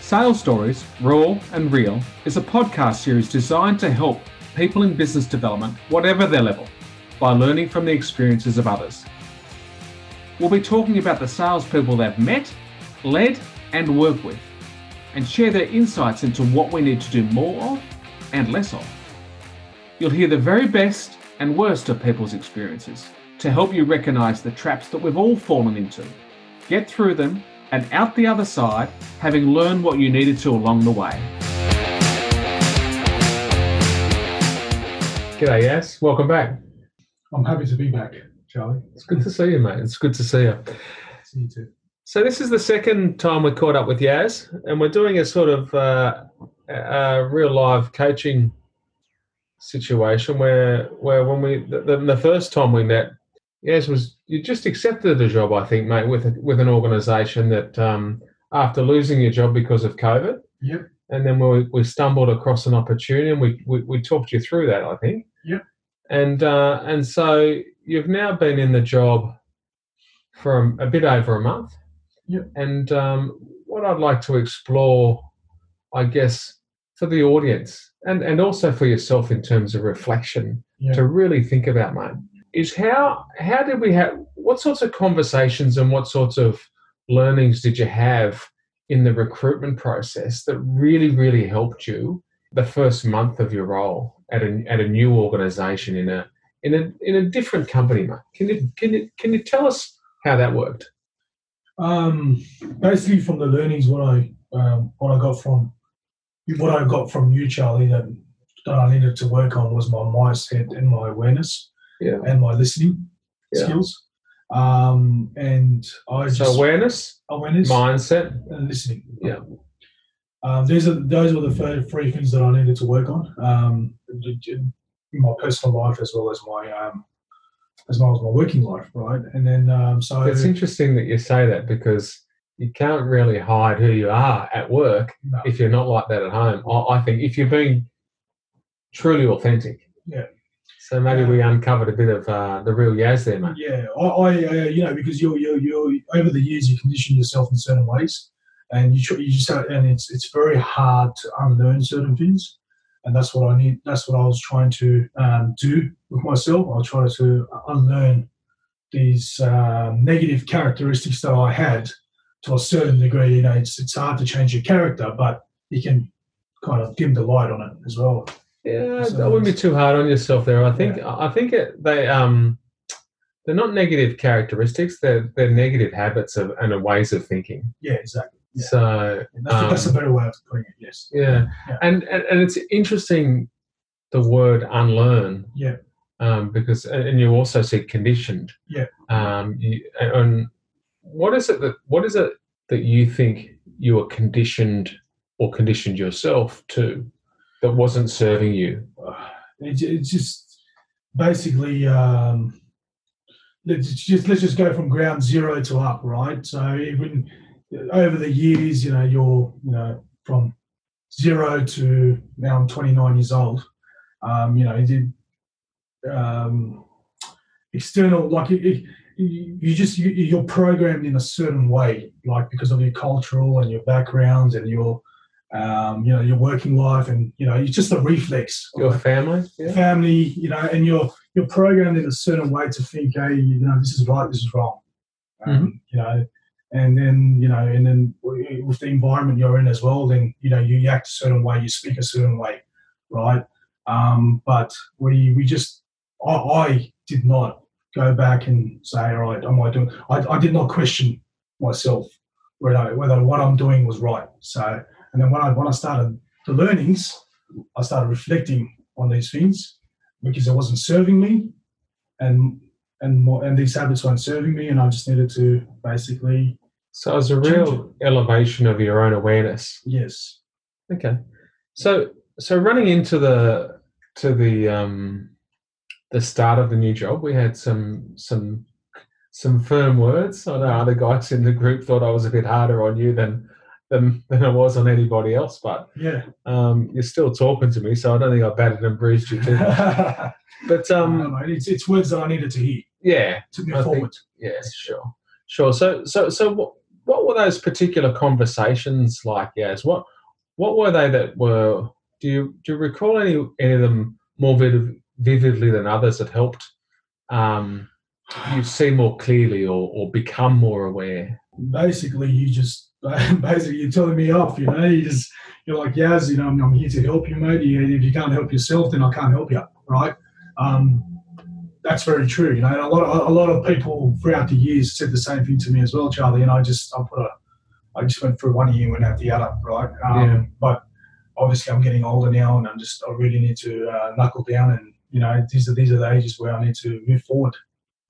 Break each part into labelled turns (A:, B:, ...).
A: Sales Stories Raw and Real is a podcast series designed to help people in business development, whatever their level, by learning from the experiences of others. We'll be talking about the salespeople they've met, led, and worked with, and share their insights into what we need to do more of and less of. You'll hear the very best and worst of people's experiences to help you recognize the traps that we've all fallen into, get through them, and out the other side, having learned what you needed to along the way. G'day, yes. Welcome back.
B: I'm happy to be back, Charlie.
A: It's good to see you, mate. It's good to see you.
B: See you too.
A: So this is the second time we caught up with Yaz, and we're doing a sort of uh, a real live coaching situation where where when we the, the first time we met, Yaz was you just accepted a job, I think, mate, with a, with an organisation that um, after losing your job because of COVID,
B: Yep.
A: and then we, we stumbled across an opportunity, and we, we we talked you through that, I think.
B: Yep.
A: And uh, and so you've now been in the job for a, a bit over a month.
B: Yep.
A: And um, what I'd like to explore, I guess, for the audience and, and also for yourself in terms of reflection
B: Yeah.
A: to really think about, mate, is how how did we have what sorts of conversations and what sorts of learnings did you have in the recruitment process that really really helped you the first month of your role at a at a new organisation in a in a in a different company, mate? Can you can you can you tell us how that worked?
B: Um, basically, from the learnings, what I um, what I got from what I got from you, Charlie, that that I needed to work on was my mindset and my awareness,
A: Yeah.
B: and my listening
A: Yeah.
B: skills. Um, and I just
A: So awareness,
B: awareness
A: mindset,
B: and uh, listening.
A: Yeah.
B: Um, these are those were the fir- three things that I needed to work on um, in my personal life as well as my um, as well as my working life, right? And then um, so
A: It's interesting that you say that because you can't really hide who you are at work
B: No.
A: if you're not like that at home. I, I think if you're being truly authentic.
B: Yeah.
A: So maybe we uncovered a bit of uh, the real Yaz there, mate.
B: Yeah, I, I uh, you know, because you're, you're, you're, over the years you condition yourself in certain ways, and you, tr- you just, have- and it's, it's very hard to unlearn certain things, and that's what I need. That's what I was trying to um, do with myself. I try to unlearn these um negative characteristics that I had to a certain degree. You know, it's, it's hard to change your character, but you can kind of dim the light on it as well.
A: Yeah,
B: So
A: I wouldn't be too hard on yourself there. I think I think it, they um they're not negative characteristics. They're they're negative habits of and ways of thinking.
B: Yeah, exactly. Yeah.
A: So
B: And that's, that's a better way of putting it. Yes.
A: Yeah.
B: Yeah.
A: And, and and it's interesting the word unlearn.
B: Yeah.
A: Um, because and and you also said conditioned.
B: Yeah.
A: Um, you, and what is it that what is it that you think you were conditioned or conditioned yourself to that wasn't serving you?
B: Uh, it's, it's just basically um, let's just let's just go from ground zero to up, right? So even over the years, you know, you're you know from zero to now I'm 29 years old. Um, you know, you did um, external like you- you, you just you, you're programmed in a certain way, like because of your cultural and your backgrounds and your um, you know your working life and you know it's just a reflex of
A: Your family? Yeah.
B: family, you know, and you're you're programmed in a certain way to think, hey, you know, this is right, this is wrong, um, you know, and then you know, and then w- with the environment you're in as well, then you know, you act a certain way, you speak a certain way, right? Um, but we we just, I, I did not go back and say, all right, am I doing? I, I did not question myself whether whether what I'm doing was right. So, and then when I when I started the learnings, I started reflecting on these things because it wasn't serving me, and and more, and these habits weren't serving me, and I just needed to basically
A: So it was a real elevation of your own awareness.
B: yes,
A: Okay. So so running into the to the um the start of the new job, we had some some some firm words. I know other guys in the group thought I was a bit harder on you than than, than I was on anybody else, but
B: yeah,
A: um, you're still talking to me, so I don't think I batted and bruised you too. much. But
B: um,
A: um,
B: it's it's words that I needed to hear
A: yeah,
B: to move
A: I think-
B: forward.
A: yeah, sure, sure. So so so what What were those particular conversations like, Yaz? What what were they that were? Do you do you recall any any of them more vivid, vividly than others that helped um, you see more clearly or, or become more aware?
B: Basically, you just basically you're telling me off. You know, you just you're like Yaz. You know, I'm, I'm here to help you, mate. If you can't help yourself, then I can't help you, right? Um, that's very true. You know, and a lot of a lot of people throughout the years said the same thing to me as well, Charlie. And I just I put a I just went through one year and went out the other, right? Um,
A: Yeah.
B: But obviously, I'm getting older now, and I'm just I really need to uh, knuckle down. And you know, these are these are the ages where I need to move forward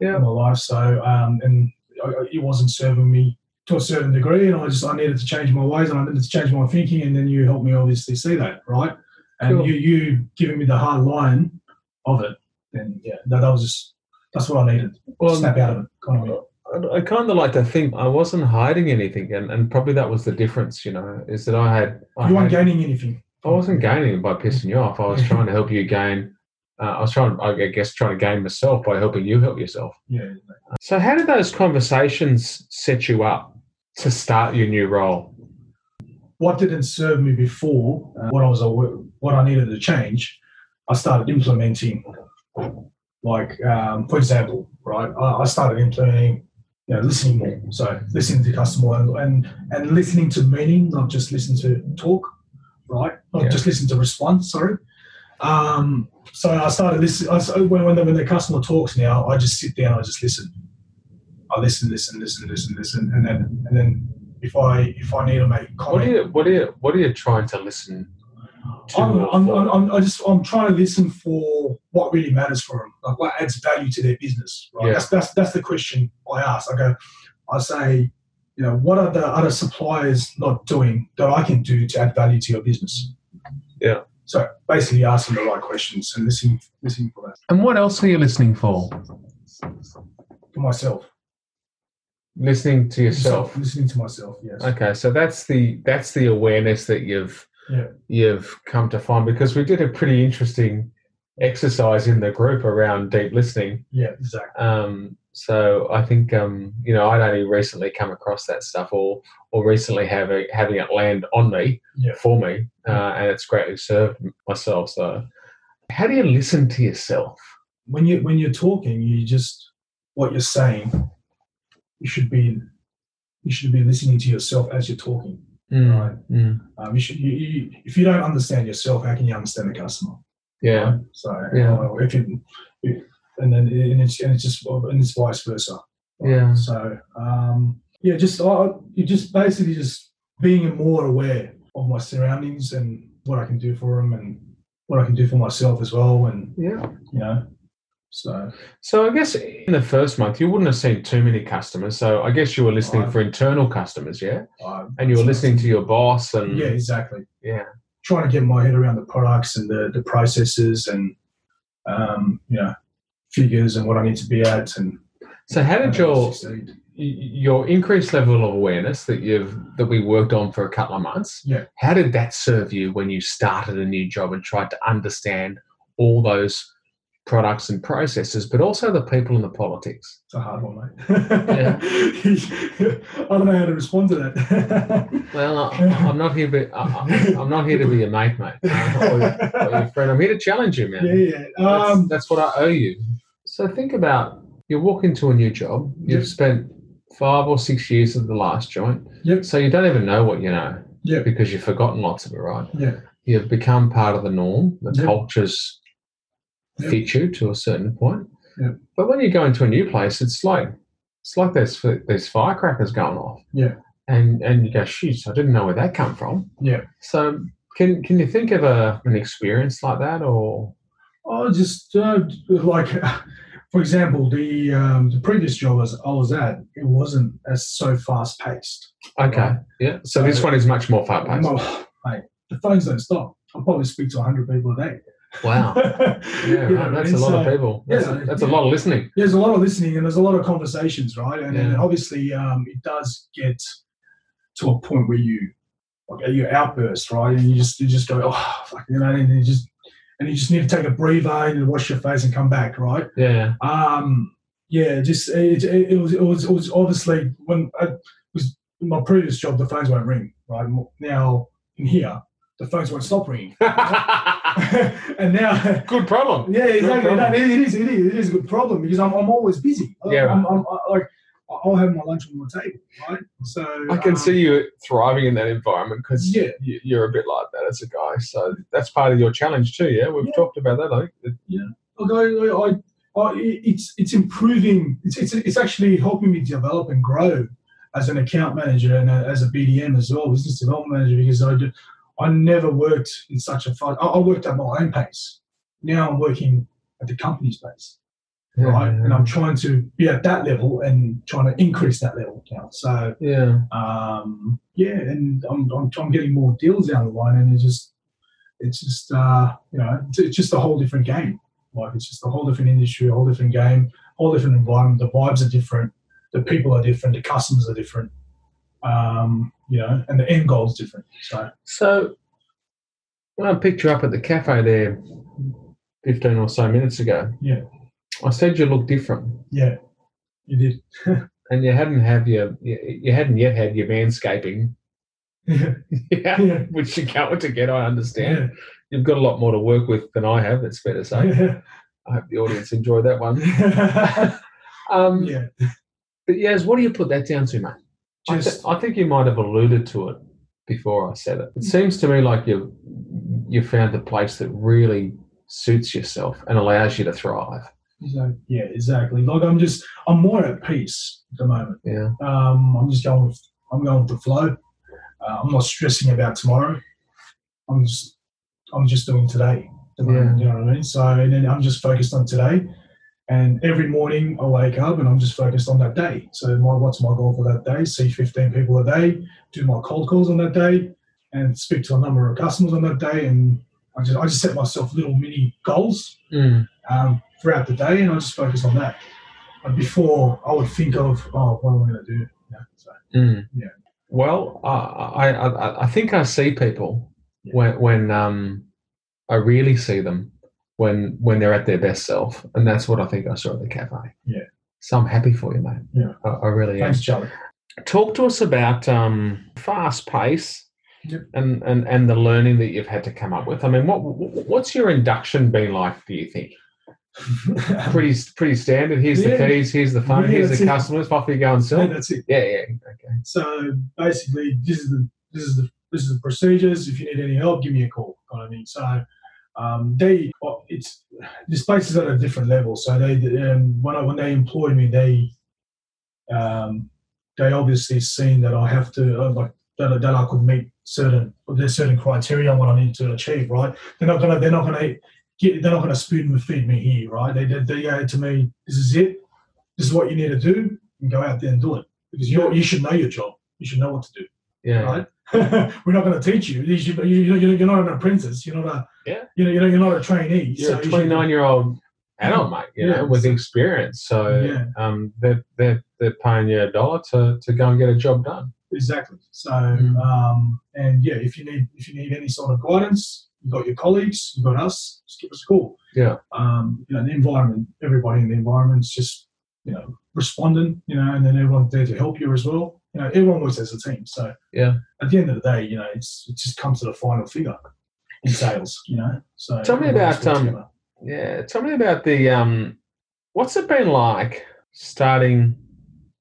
A: Yeah.
B: in my life. So um, and I, I- it wasn't serving me to a certain degree, and I just I needed to change my ways and I needed to change my thinking. And then you helped me obviously see that, right? And
A: Sure.
B: you you giving me the hard line of it, then yeah, that, that was just that's what I needed.
A: Well,
B: snap out of it, kind of.
A: I kind of like to think I wasn't hiding anything, and, and probably that was the difference. You know, is that I had I,
B: You weren't
A: had-
B: gaining anything.
A: I wasn't gaining by pissing you off. I was trying to help you gain. Uh, I was trying, I guess, trying to gain myself by helping you help yourself.
B: Yeah.
A: So, how did those conversations set you up to start your new role?
B: what didn't serve me before, uh, what I was awa- what I needed to change, I started implementing. Like um, for example, right, I, I started implementing, you know, listening more. So listening to customer and and, and listening to meaning, not just listen to talk, right? Not
A: Yeah.
B: just listen to response. Sorry. Um, so I started listening. I, so when when the, when the customer talks now, I just sit down. I just listen. I listen, listen, listen, listen, listen, and then and then if I if I need to make a
A: What
B: comment,
A: are you, what are you, what are you trying to listen to? uh,
B: I'm,
A: or
B: I'm,
A: for?
B: I'm, I'm, I just, I'm trying to listen for what really matters for them, like what adds value to their business. Right?
A: Yeah.
B: That's, that's, that's the question I ask. I go, I say, you know, what are the other suppliers not doing that I can do to add value to your business?
A: Yeah.
B: So basically asking the right questions and listening, listening for that
A: and what else are you listening for?
B: for myself.
A: Listening to yourself.
B: Listening to myself, yes.
A: Okay, so that's the that's the awareness that you've
B: Yeah.
A: you've come to find because we did a pretty interesting exercise in the group around deep listening.
B: Yeah, exactly.
A: Um, so I think um, you know I'd only recently come across that stuff, or or recently have a, having it land on me
B: Yeah.
A: for me, uh, and it's greatly served myself. So, how do you listen to yourself?
B: when you when you're talking, you just what you're saying. You should be you should be listening to yourself as you're talking. Hmm.
A: Hmm.
B: Right. Um, you should you, you, if you don't understand yourself, how can you understand the customer?
A: Yeah,
B: Right? So
A: Yeah.
B: uh, if you if, and then and it's, and it's just and it's vice versa.
A: yeah,
B: So um, yeah, just uh, you just basically just being more aware of my surroundings and what I can do for them and what I can do for myself as well, and
A: yeah.
B: you know, so.
A: So I guess in the first month you wouldn't have seen too many customers. So I guess you were listening
B: Right.
A: for internal customers, yeah,
B: Uh,
A: and you were listening to your boss, and
B: Yeah, exactly.
A: Yeah.
B: Trying to get my head around the products and the, the processes and, um, you know, figures and what I need to be at. And
A: So how did your
B: succeed.
A: y- your increased level of awareness that you've that we worked on for a couple of months
B: Yeah.
A: how did that serve you when you started a new job and tried to understand all those products and processes but also the people and the politics
B: It's a hard one, mate. I don't know how to respond to that.
A: well I, i'm not here but I, i'm not here to be your mate mate or your- or your friend i'm here to challenge you man
B: yeah, yeah.
A: That's,
B: Um,
A: that's what I owe you. So think about you walk into a new job. You've
B: Yep.
A: spent five or six years at the last joint.
B: Yep.
A: So you don't even know what you know.
B: Yep.
A: Because you've forgotten lots of it, right?
B: yeah,
A: You've become part of the norm. The
B: Yep.
A: culture's
B: Yep.
A: fit you to a certain point.
B: Yep.
A: But when you go into a new place, it's like it's like there's there's firecrackers going off.
B: Yeah.
A: And and you go, shoot, I didn't know where that come from.
B: yeah.
A: So can can you think of a an experience like that or
B: I just uh, like, for example, the um, the previous job as I was at, it wasn't as so fast paced.
A: Okay.
B: Right.
A: Yeah. So this one is much more fast paced.
B: Mate, the phones don't stop. I probably speak to 100 people a day.
A: Wow. Yeah,
B: You know
A: right.
B: what I
A: that's a
B: mean?
A: lot of
B: So,
A: people. That's,
B: yeah,
A: that's a
B: yeah.
A: lot of listening.
B: uh, There's a lot of listening and there's a lot of conversations, right? And, and
A: Yeah.
B: obviously, um, it does get to a point where you, okay, you outburst, right? And you just you just go, oh, fuck, you know, and you just and you just need to take a breather and wash your face and come back, right?
A: Yeah.
B: Um, yeah, just it, it, it was it was it was obviously when I was in my previous job, the phones won't ring. Right now, in here, the phones won't stop ringing. and now,
A: Good problem.
B: yeah, exactly.
A: problem.
B: No, it is. It is. It is a good problem because I'm, I'm always busy. I-
A: Yeah.
B: I'm, I'm, I, like I'll have my lunch on my table, right? So
A: I can
B: um,
A: see you thriving in that environment because
B: Yeah.
A: you're a bit like that as a guy. So that's part of your challenge too. Yeah, we've
B: Yeah.
A: talked about that. I think.
B: Look, I, I, I, I- it's it's improving. It's, it's it's actually helping me develop and grow as an account manager and a, as a BDM as well, business development manager, because I do, I never worked in such a fun. I, I worked at my own pace. Now I'm working at the company's pace, right? And I'm trying to be at that level and trying to increase that level now. So
A: Yeah.
B: um, yeah, and I'm, I'm I'm getting more deals down the line, and it's just it's just uh, you know it's, it's just a whole different game. Like it's just a whole different industry, a whole different game, whole different environment. The vibes are different, the people are different, the customers are different. Um, you know, and the end goal is different. So
A: So when I picked you up at the cafe there, fifteen or so minutes ago,
B: Yeah.
A: I said you look different,
B: yeah, you did.
A: and you hadn't have your you you hadn't yet had your manscaping.
B: yeah,
A: Yeah.
B: yeah,
A: Which you're going to get, I understand.
B: yeah,
A: You've got a lot more to work with than I have. It's fair to say.
B: yeah,
A: I hope the audience enjoyed that one. Um,
B: yeah.
A: But Yaz, what do you put that down to, mate? I, th-
B: Just
A: I think you might have alluded to it before I said it. It seems to me like you you found a place that really suits yourself and allows you to thrive.
B: so, yeah, exactly. Like I'm just I'm more at peace at the moment.
A: Yeah,
B: Um, I'm just going with I'm going with the flow. Uh, I'm not stressing about tomorrow. I'm just I'm just doing today. at the moment, You know what I mean? So and then I'm just focused on today. And every morning I wake up and I'm just focused on that day. So my what's my goal for that day? See 15 people a day, do my cold calls on that day, and speak to a number of customers on that day. And I just I just set myself little mini goals
A: mm.
B: um, throughout the day, and I just focus on that. But before, I would think of, oh, what am I going to do? You know, so,
A: Mm.
B: Yeah.
A: Well, I I, I I think I see people when when um I really see them when when they're at their best self, and that's what I think I saw at the cafe.
B: Yeah.
A: So I'm happy for you, mate.
B: Yeah.
A: I, I really am.
B: Thanks, Charlie.
A: talk to us about um, fast pace
B: Yep.
A: and, and and the learning that you've had to come up with. I mean, what what's your induction been like? Do you think
B: yeah,
A: pretty pretty standard? Here's the
B: Um, Yeah.
A: keys, here's the phone,
B: Yeah,
A: here's
B: that's
A: the
B: it.
A: customers. Off you go and sell.
B: that's it.
A: Yeah, yeah, okay.
B: So basically, this is the this is the this is the procedures. If you need any help, give me a call, kind of thing. So um, they well, it's this place is at a different level. So they um, when I, when they employed me, they um, they obviously seen that I have to uh, like that, I- that I could meet certain there's certain criteria on what I need to achieve. Right? They're not gonna they're not gonna get, they're not gonna spoon feed me here. Right? They they, they go to me. This is it. This is what you need to do, and go out there and do it because you you should know your job. You should know what to do.
A: Yeah,
B: Right? We're not going to teach you. You should, you, you- you're not an apprentice. You're not a
A: Yeah.
B: You know, you're not, you're not a trainee.
A: you're
B: so
A: a
B: you should-
A: 29 year old adult, mate. You
B: Yeah.
A: know, with experience. So
B: Yeah.
A: um, they're they're they're paying you a dollar to to go and get a job done.
B: exactly. So
A: Mm.
B: um, and yeah, if you need if you need any sort of guidance, you've got your colleagues, you've got us. Just give us a call.
A: Yeah.
B: Um, you know, the environment. Everybody in the environment's just you know responding. You know, and then everyone's there to help you as well. You know, everyone works as a team. So
A: Yeah.
B: At the end of the day, you know, it's it just comes to the final figure in sales. You know. So
A: Tell me
B: everyone works
A: about, um,
B: together.
A: Yeah, tell me about the um, what's it been like starting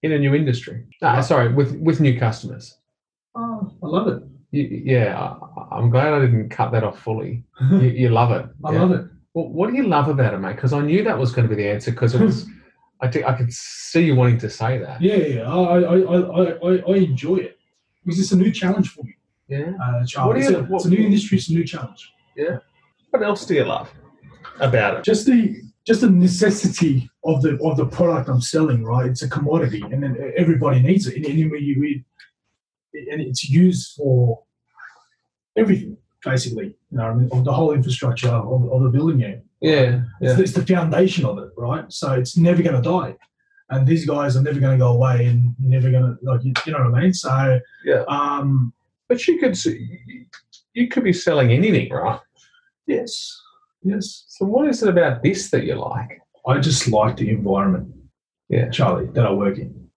A: in a new industry? Ah, sorry, with with new customers.
B: Oh, I love it.
A: You, yeah, I- I'm glad I didn't cut that off fully. You, you love it.
B: I love it.
A: Well, what do you love about it, mate? Because I knew that was going to be the answer. Because it was, I think I could see you wanting to say that.
B: Yeah, yeah. yeah. I, I, I, I- I, I enjoy it because it's a new challenge for me.
A: Yeah.
B: Uh, Charlie.
A: What do you-
B: it's, a,
A: what-
B: it's a new industry. It's a new challenge.
A: What else do you love about it?
B: Just the just the necessity of the of the product I'm selling. Right, it's a commodity, and then everybody needs it. And anywhere you read, and it's used for everything basically. You know, what I mean? of the whole infrastructure of, of the building game.
A: Yeah. Yeah.
B: It's, it's the foundation of it, right? So it's never going to die, and these guys are never going to go away, and never going to like you, you know what I mean. So
A: Yeah.
B: um,
A: But you could see, you could be selling anything, right?
B: yes, yes,
A: So what is it about this that you like?
B: I just like the environment,
A: Yeah.
B: Charlie, that I work in.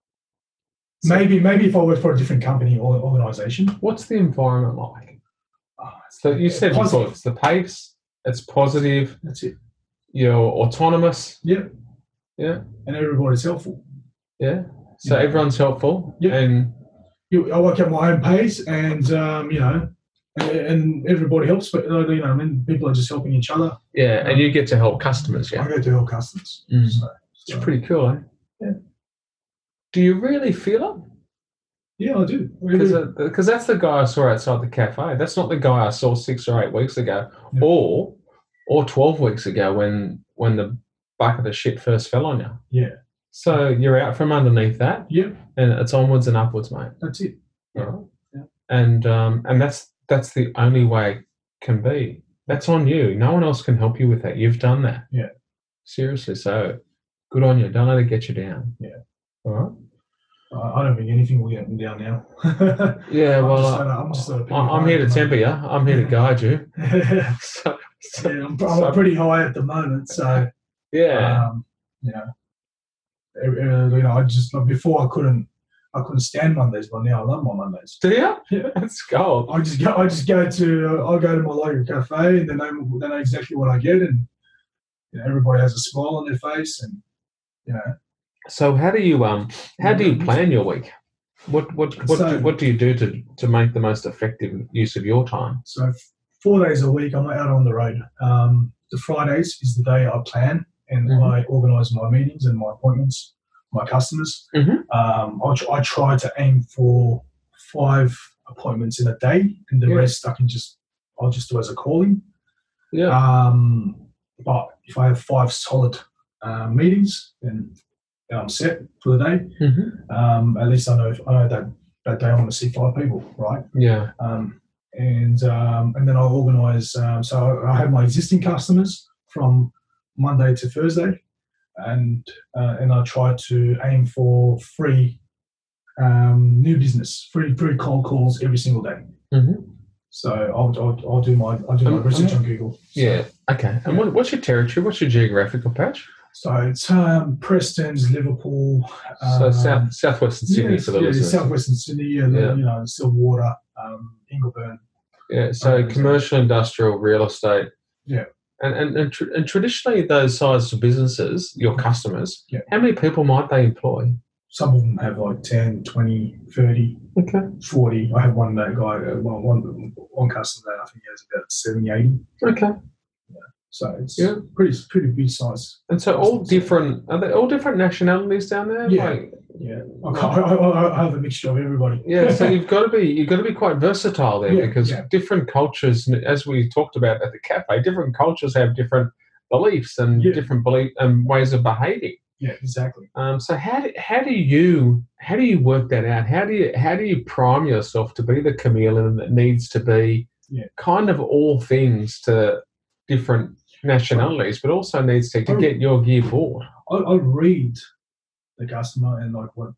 A: So-
B: maybe maybe if I worked for a different company or organization,
A: What's the environment like? So you said
B: Positive.
A: before, it's the pace, it's positive,
B: that's it.
A: you're autonomous.
B: Yep.
A: Yeah.
B: And everybody's helpful.
A: Yeah. So
B: Yeah.
A: everyone's helpful.
B: Yeah.
A: And
B: You, I work at my own pace, and um, you know, and, and everybody helps. But uh, you know, I mean, people are just helping each other.
A: yeah, and you get to help customers.
B: I
A: Yeah.
B: go to help customers.
A: Mm.
B: So,
A: It's
B: so-
A: pretty cool, eh?
B: Yeah.
A: Do you really feel
B: yeah, I do.
A: it?
B: Hmm.
A: Because that's the guy I saw outside the cafe. That's not the guy I saw six or eight weeks ago,
B: Yeah.
A: or or twelve weeks ago when when the bucket of shit first fell on you.
B: Yeah.
A: So you're out from underneath that,
B: Yeah,
A: and it's onwards and upwards, mate.
B: that's it. Yeah. Yeah.
A: And um, and that's that's the only way it can be. That's on you. No one else can help you with that. You've done that.
B: Yeah.
A: Seriously. So good on you. Don't let it get you down.
B: Yeah.
A: All right.
B: I I don't think anything will get me down now.
A: Yeah.
B: I'm
A: Well,
B: just
A: I-
B: gonna- I'm just gonna pick
A: I-
B: your
A: I'm here to
B: brains,
A: temper you. I'm here to guide you.
B: yeah,
A: So, so,
B: I'm,
A: So-
B: I'm pretty high at the moment, so
A: yeah.
B: um, you know, eh, eh, you know, I just like, before I couldn't, I couldn't stand Mondays, but now I love my Mondays.
A: Do you?
B: Yeah.
A: That's gold.
B: I just go, I just go to, I go to my local cafe, and they know, they know exactly what I get, and you know, everybody has a smile on their face, and you know,
A: So how do you um how do you plan your week? What what what
B: So-
A: do, what do you do to to make the most effective use of your time?
B: So f- four days a week, I'm out on the road. Um, the Fridays is the day I plan and
A: Mhm.
B: I organise my meetings and my appointments, my customers.
A: Mhm.
B: Um, I, tr- I try to aim for five appointments in a day, and the
A: Yeah.
B: rest I can just I'll just do as a calling.
A: Yeah.
B: Um, but if I have five solid uh, meetings, then then I'm set for the day.
A: hmm
B: Um, at least I know I know that that day I'm going to see five people, right?
A: Yeah.
B: um, and um, and then I'll organise. Um, so I- I have my existing customers from Monday to Thursday, and uh, and I try to aim for free um, new business, free free cold calls every single day.
A: hmm
B: So I'll, I'll, I'll do my I'll do my
A: Um,
B: research on Google. So-
A: Yeah. Okay. And what, what's your territory? What's your geographical patch?
B: So it's um, Preston's, Liverpool. Um,
A: so south southwestern Sydney
B: yes,
A: for the
B: yeah,
A: listeners.
B: southwestern Sydney, and
A: Yeah.
B: then, you know Stillwater, um, Ingleburn.
A: Yeah. So
B: Okay.
A: commercial, industrial, real estate.
B: uh, Yeah.
A: And and and, tr- and traditionally those sizes of businesses, your customers,
B: Mm-hmm. Yeah.
A: how many people might they employ?
B: Some of them have like 10, 20, 30.
A: Okay.
B: 40. I have one that guy, uh, one, one, one customer that I think he has about 70, 80.
A: Okay.
B: So it's
A: Yeah.
B: pretty pretty big size.
A: And so all different are they all different nationalities down there?
B: Yeah.
A: Like,
B: Yeah. I, can't- I, I, I have a mixture of everybody.
A: yeah. So you've got to be you've got to be quite versatile there
B: Yeah,
A: because
B: yeah.
A: different cultures, as we talked about at the cafe, different cultures have different beliefs and
B: Yeah.
A: different belief and ways of behaving.
B: yeah, exactly.
A: Um, so how do, how do you how do you work that out? How do you how do you prime yourself to be the chameleon that needs to be
B: Yeah.
A: kind of all things to different nationalities, but also needs to, to
B: Oh.
A: get your gear forward?
B: I, I read the customer and like what.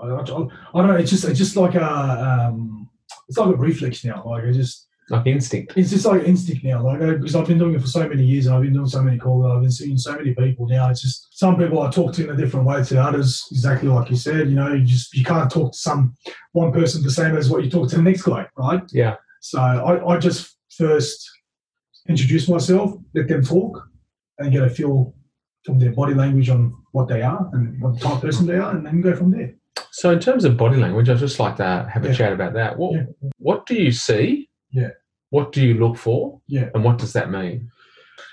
B: I, I, I don't know. It's just it's just like a um, it's like a reflex now. Like I just
A: Like instinct.
B: it's just like instinct now. Like because I've been doing it for so many years and I've been doing so many calls. and I've been seeing so many people now. It's just some people I talk to in a different way to others. Exactly like you said, you know, you just you can't talk to some one person the same as what you talk to the next guy, right?
A: Yeah.
B: So I, I just first introduce myself, let them talk, and get a feel from their body language on what they are and what type of person they are, and then go from there.
A: So in terms of body language, I'd just like to have a
B: Yeah.
A: chat about that. What
B: Yeah.
A: what do you see?
B: Yeah.
A: What do you look for?
B: Yeah.
A: And what does that mean?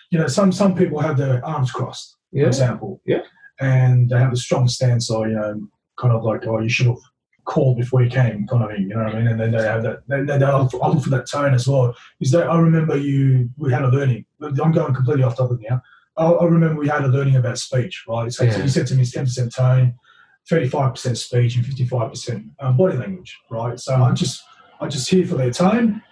B: You know, some some people have their arms crossed. for
A: Yeah.
B: example.
A: Yeah.
B: And they have a strong stance, or you know, kind of like, oh, you should have called before you came, kind of thing. You know what I mean? And then they have that. Then they, they I look for, I look for that tone as well. Is that I remember you? We had a learning. I'm going completely off topic now. I, I remember we had a learning about speech, right? So
A: Yeah.
B: you said to me, it's ten percent tone, thirty-five percent speech, and fifty-five percent um, body language, right? So I just, I just hear for their tone.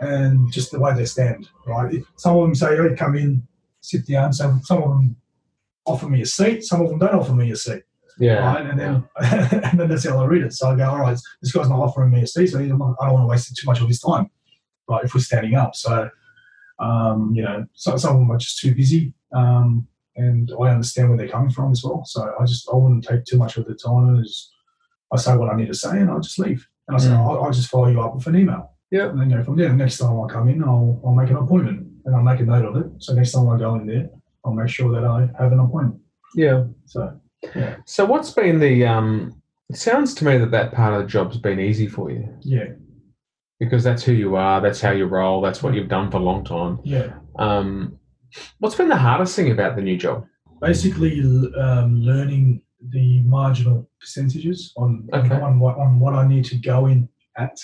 B: And just the way they stand, right? Some of them say, "Hey, come in, sit down." Some some of them offer me a seat. Some of them don't offer me a seat,
A: Yeah.
B: right? And then and then that's how I read it. So I go, all right, this guy's not offering me a seat, so I'm not- I don't want to waste too much of his time, right? If we're standing up, so um, you know, so, some of them are just too busy, um, and I understand where they're coming from as well. So I just I wouldn't take too much of the time. I just I say what I need to say and I just leave. And I say,
A: Mm.
B: I'll, I'll just follow you up with an email.
A: Yeah.
B: And then go from there. The next time I come in, I'll, I'll make an appointment and I'll make a note of it. So next time I go in there, I'll make sure that I have an appointment.
A: Yeah.
B: So
A: So what's been the? Um, it sounds to me that that part of the job's been easy for you
B: yeah,
A: because that's who you are, that's how you roll, that's what you've done for a long time.
B: yeah.
A: Um, what's been the hardest thing about the new job?
B: Basically, l- um, learning the marginal percentages on, on-
A: Okay.
B: on what on what I need to go in at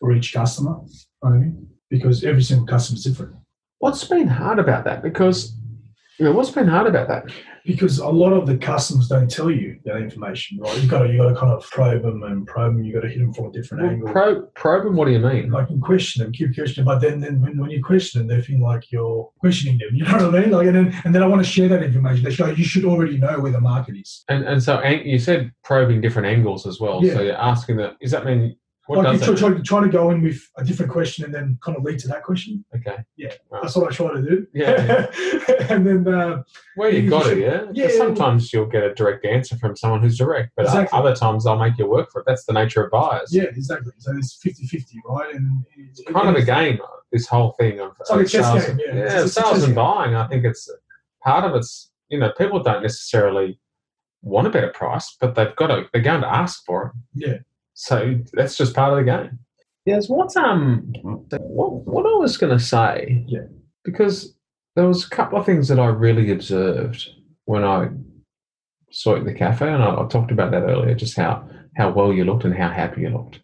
B: for each customer. You know what I mean, because every single customer is different.
A: What's been hard about that? Because you know, what's been hard about that?
B: because a lot of the customers don't tell you that information, right? You got to you got to kind of probe them and probe them. You got to hit them from a different
A: Well,
B: angle.
A: pro, probe and what do you mean?
B: like and question them, keep questioning. But then, then when, when you question them, they feel like you're questioning them. You know what I mean? Like, and then and then I want to share that information. They show you should already know where the market is.
A: And and so an- you said probing different angles as well.
B: Yeah.
A: So you're asking that. Does that mean what
B: like you
A: does
B: try,
A: that?
B: try, try to go in with a different question and then kind of lead to that question.
A: Okay.
B: That's what I try to do.
A: Yeah.
B: and then uh,
A: Well, you
B: You
A: got it,
B: should-
A: yeah. 'Cause
B: yeah, yeah.
A: Sometimes you'll get a direct answer from someone who's direct, but o-
B: Exactly.
A: other times they'll make you work for it. That's the nature of buyers.
B: yeah, exactly. So it's 50-50, right? And it's
A: Kind of a game. This whole thing of
B: It's like a chess
A: sales,
B: game, yeah. It's a- it's a
A: sales
B: chess
A: and
B: game.
A: buying. I think it's part of it's. You know, people don't necessarily want a better price, but they've got to. They're going to ask for it.
B: Yeah.
A: So that's just part of the game. Yes. What um, what what I was going to say.
B: Yeah.
A: Because there was a couple of things that I really observed when I saw it in the cafe, and I, I talked about that earlier, just how how well you looked and how happy you looked.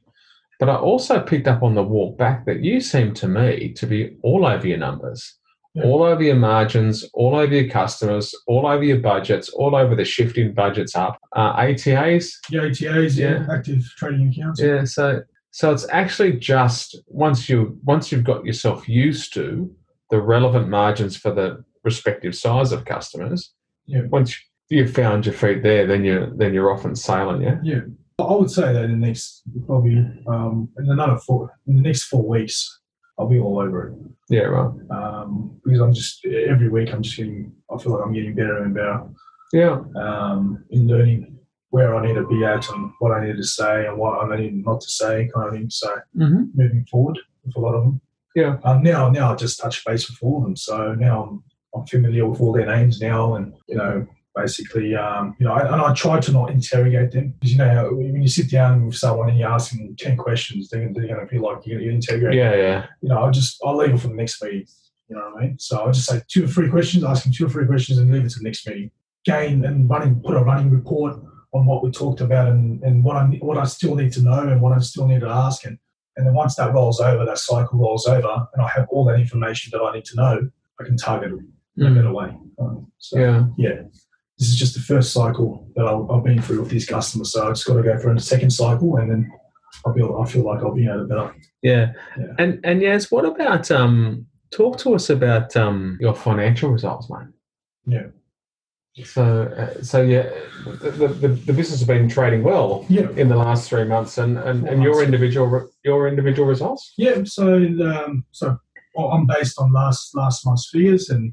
A: But I also picked up on the walk back that you seemed to me to be all over your numbers,
B: Yeah.
A: all over your margins, all over your customers, all over your budgets, all over the shift in budgets up, uh, ATAs,
B: yeah, ATAs, yeah, active trading accounts.
A: yeah, so so it's actually just once you once you've got yourself used to the relevant margins for the respective size of customers.
B: Yeah.
A: Once you've found your feet there, then you then you're off and sailing. Yeah.
B: I would say that in the next probably um, in another four in the next four weeks, I'll be all over it
A: Yeah. Right.
B: um, because I'm just every week I'm just getting I feel like I'm getting better and better
A: Yeah.
B: um, in learning where I need to be at and what I need to say and what I need not to say kind of thing. So
A: Mm-hmm.
B: moving forward with a lot of them.
A: Yeah.
B: Um, now now I just touch base with all of them, so now I'm, I'm familiar with all their names now, and you know basically um, you know I, and I try to not interrogate them because you know how when you sit down with someone and you ask them ten questions, they're, they're going to feel like you're, you're interrogating.
A: Yeah. Yeah.
B: You know I'll just I'll leave it for the next meeting. You know what I mean? So I'll just say two or three questions, ask them two or three questions, and leave it to the next meeting. Gain and running put a running report on what we talked about and, and what I ne- what I still need to know and what I still need to ask and and then once that rolls over, that cycle rolls over, and I have all that information that I need to know, I can target it in a better way. Um, so
A: Mm. Yeah.
B: this is just the first cycle that I'll, I've been through with these customers. So I just got to go through a second cycle, and then I'll be I feel like I'll be at a better.
A: Yeah.
B: Yeah.
A: And and yes, what about um? Talk to us about um your financial results, mate. Yeah. So uh, so yeah, the, the, the the business has been trading well.
B: Yeah,
A: in the last three months and, and,
B: Four
A: and your
B: months.
A: individual your individual results
B: yeah. So um, so well, I'm based on last last month's figures, and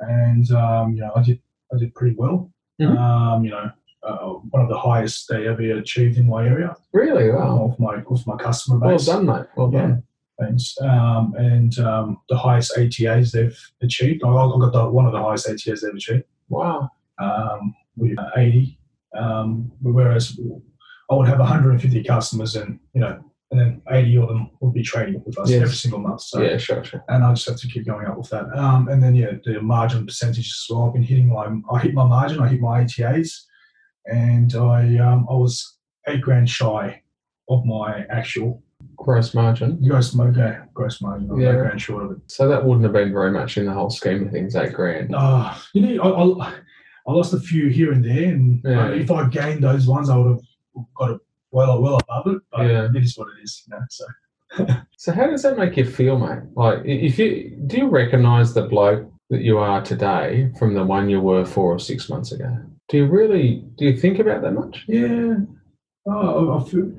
B: and um, you know I did I did pretty well.
A: Mhm.
B: Um, you know, uh, one of the highest they ever achieved in my area.
A: really wow
B: Of my of my customer
A: Oh. well
B: base.
A: done mate well
B: Yeah.
A: done
B: Thanks. Um, and um, the highest ATAs they've achieved. I- I've got the, one of the highest ATAs they've achieved
A: wow
B: um, with uh, 80. Um, whereas I would have 150 customers, and you know, and then 80 of them would be trading with us
A: Yes.
B: every single month. So,
A: yeah sure sure
B: and I just have to keep going up with that. Um, and then yeah, the margin percentage as well. I've been hitting my, I hit my margin, I hit my ATAs, and I um, I was eight grand shy of my actual
A: gross margin
B: gross margin. Gross margin, I'm
A: Yeah.
B: eight grand short of it.
A: so that wouldn't have been very much in the whole scheme of things eight grand
B: Uh, you know, I, I, I lost a few here and there, and uh,
A: Yeah.
B: if I gained those ones, I would have got it well, well above it. But
A: Yeah.
B: it is what it is, you know. So
A: so how does that make you feel mate like i- if you do you recognize the bloke that you are today from the one you were four or six months ago do you really do you think about that much
B: yeah, oh, I, I, feel,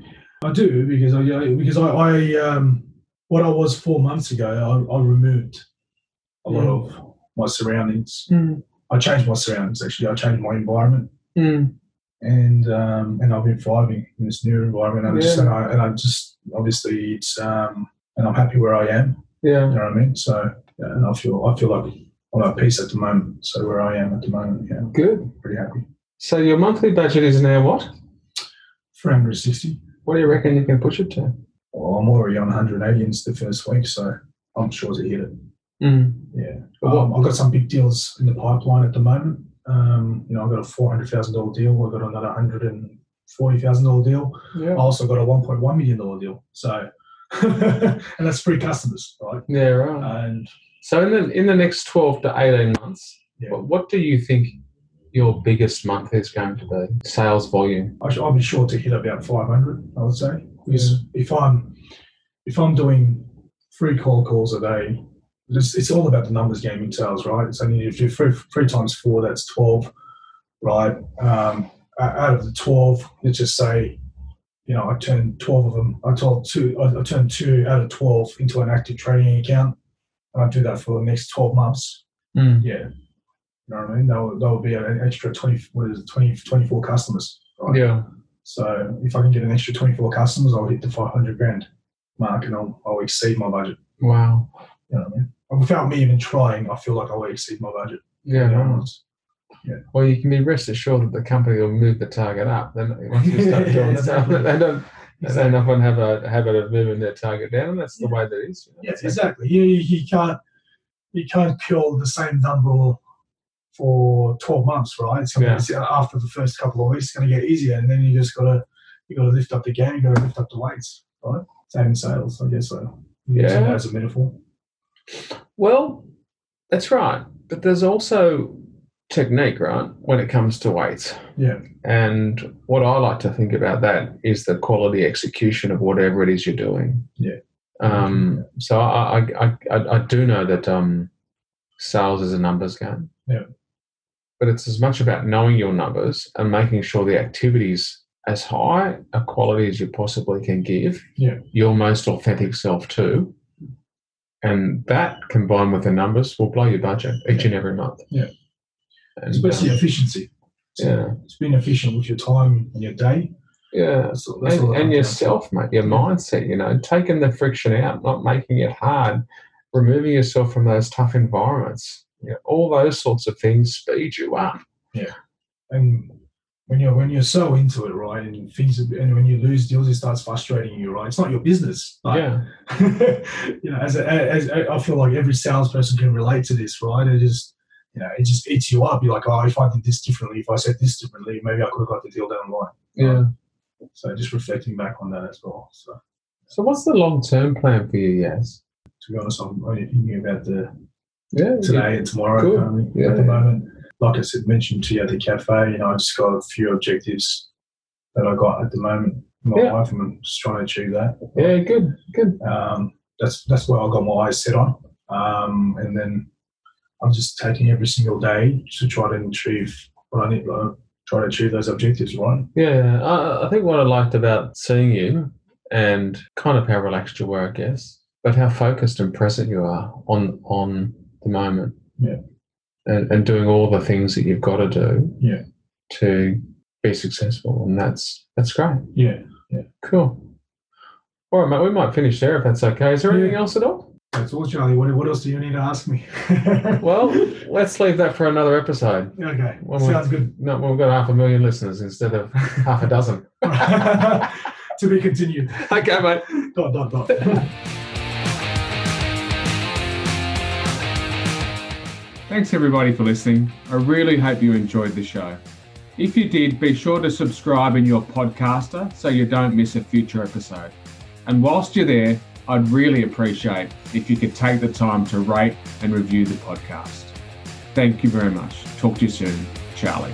B: I do because I yeah, because I, I um, what I was four months ago, I, I removed a lot
A: Yeah.
B: of my surroundings.
A: mm.
B: I changed my surroundings actually. I changed my environment.
A: Mm.
B: and um, and I've been thriving in this new environment. And, I just,
A: Yeah.
B: and, I, and I just obviously it's um, and I'm happy where I am. You
A: Yeah.
B: know what I mean? So yeah, and I feel I feel like I'm at peace at the moment. So where I am at the moment, yeah, I'm
A: Good.
B: pretty happy.
A: So your monthly budget is now what?
B: 360.
A: What do you reckon you can push it to?
B: Well, I'm already on 180 in the first week, so I'm sure to hit it.
A: Mm.
B: Yeah.
A: But what-
B: Um, I've got some big deals in the pipeline at the moment. Um, you know, I've got a four hundred thousand dollar deal. I've got another hundred and forty thousand dollar deal.
A: Um, Yeah.
B: I also got a one point one million dollar deal. So, and that's three customers, right?
A: Yeah. Right.
B: And
A: So in the in the next twelve to eighteen months,
B: Yeah.
A: what, what do you think your biggest month is going to be? Sales volume.
B: I sh- I'll be sure to hit about five hundred. I would say because if I'm if I'm doing three call calls a day, it's, it's all about the numbers game in sales, right? So you do three, three times four, that's twelve, right? Um, o- out of the twelve, let's just say, you know, I turned twelve of them. I told two. I, I turned two out of twelve into an active trading account, and I do that for the next twelve months.
A: Mm.
B: Yeah, you know what I mean. That would, that would be an extra twenty. What is it? 20, 24 customers. Right?
A: Yeah.
B: So if I can get an extra 24 customers, I'll hit the 500 grand mark and I'll, I'll exceed my budget.
A: Wow.
B: You know what I mean? And Without me even trying, I feel like I'll exceed my budget.
A: Yeah.
B: You know,
A: right.
B: it's-
A: Well, you can be rest assured that the company will move the target up. Then once you start
B: Yeah,
A: doing
B: exactly.
A: stuff, they don't.
B: Exactly.
A: They often have a habit of moving their target down, and that's the
B: Yeah.
A: way that it is. you know.
B: Yeah,
A: That's it.
B: exactly. You, you can't you can't kill the same number for 12 months, right? So
A: Yeah.
B: it's- after the first couple of weeks, it's going to get easier, and then you just gotta you gotta lift up the game. You gotta lift up the weights, right? Same in sales, I guess. So using
A: Yeah.
B: that as a metaphor.
A: Well, that's right. But there's also technique, right, when it comes to weights.
B: Yeah.
A: And what I like to think about that is the quality execution of whatever it is you're doing.
B: Yeah.
A: Um, so I, I, I- I, I do know that um, sales is a numbers game.
B: Yeah.
A: But it's as much about knowing your numbers and making sure the activities as high a quality as you possibly can give
B: Yeah.
A: your most authentic self to. And that combined with the numbers will blow your budget each and every month.
B: Yeah.
A: And,
B: Especially
A: um,
B: efficiency. So
A: yeah.
B: It's being efficient with your time and your day.
A: Yeah.
B: That's, all- that's all
A: and, and
B: that comes down to.
A: yourself, mate, your mindset, you know, taking the friction out, not making it hard, removing yourself from those tough environments. You know, all those sorts of things speed you up.
B: and when you're when you're so into it, right, and things and when you lose deals, it starts frustrating you, right? It's not your business, but
A: yeah.
B: you know, as, a, as a, I feel like every salesperson can relate to this, right? It just you know, it just eats you up. You're like, oh, if I did this differently, if I said this differently, maybe I could have got the deal down the line.
A: Yeah.
B: So just reflecting back on that as well. So
A: So what's the long term plan for you, Yes?
B: to be honest, I'm only thinking about the
A: Yeah. you-
B: today and tomorrow
A: Cool.
B: currently
A: Yeah.
B: at the moment. Like I said, mentioned to you at the cafe, you know, I've just got a few objectives that I got at the moment. My
A: Yeah.
B: wife, and I'm just trying to achieve that.
A: Yeah, good, good.
B: Um, that's that's what I got my eyes set on. Um, and then I'm just taking every single day to try to achieve what I need, uh, try to achieve those objectives, right?
A: Yeah, I, I think what I liked about seeing you and kind of how relaxed you were, I guess, but how focused and present you are on on the moment.
B: Yeah.
A: And, and doing all the things that you've got to do.
B: Yeah.
A: To be successful, and that's that's great.
B: Yeah,
A: Cool. All right, mate. We might finish there if that's okay. Is there
B: Yeah.
A: anything else at all?
B: that's all, Charlie. What, what else do you need to ask me?
A: Well, let's leave that for another episode.
B: okay,
A: When we-
B: sounds good.
A: No, well, we've got half a million listeners instead of half a dozen.
B: to be continued.
A: Okay, mate.
B: Dot dot dot.
C: Thanks everybody for listening. I really hope you enjoyed the show. If you did, be sure to subscribe in your podcaster so you don't miss a future episode. And whilst you're there, I'd really appreciate if you could take the time to rate and review the podcast. Thank you very much. Talk to you soon. Charlie.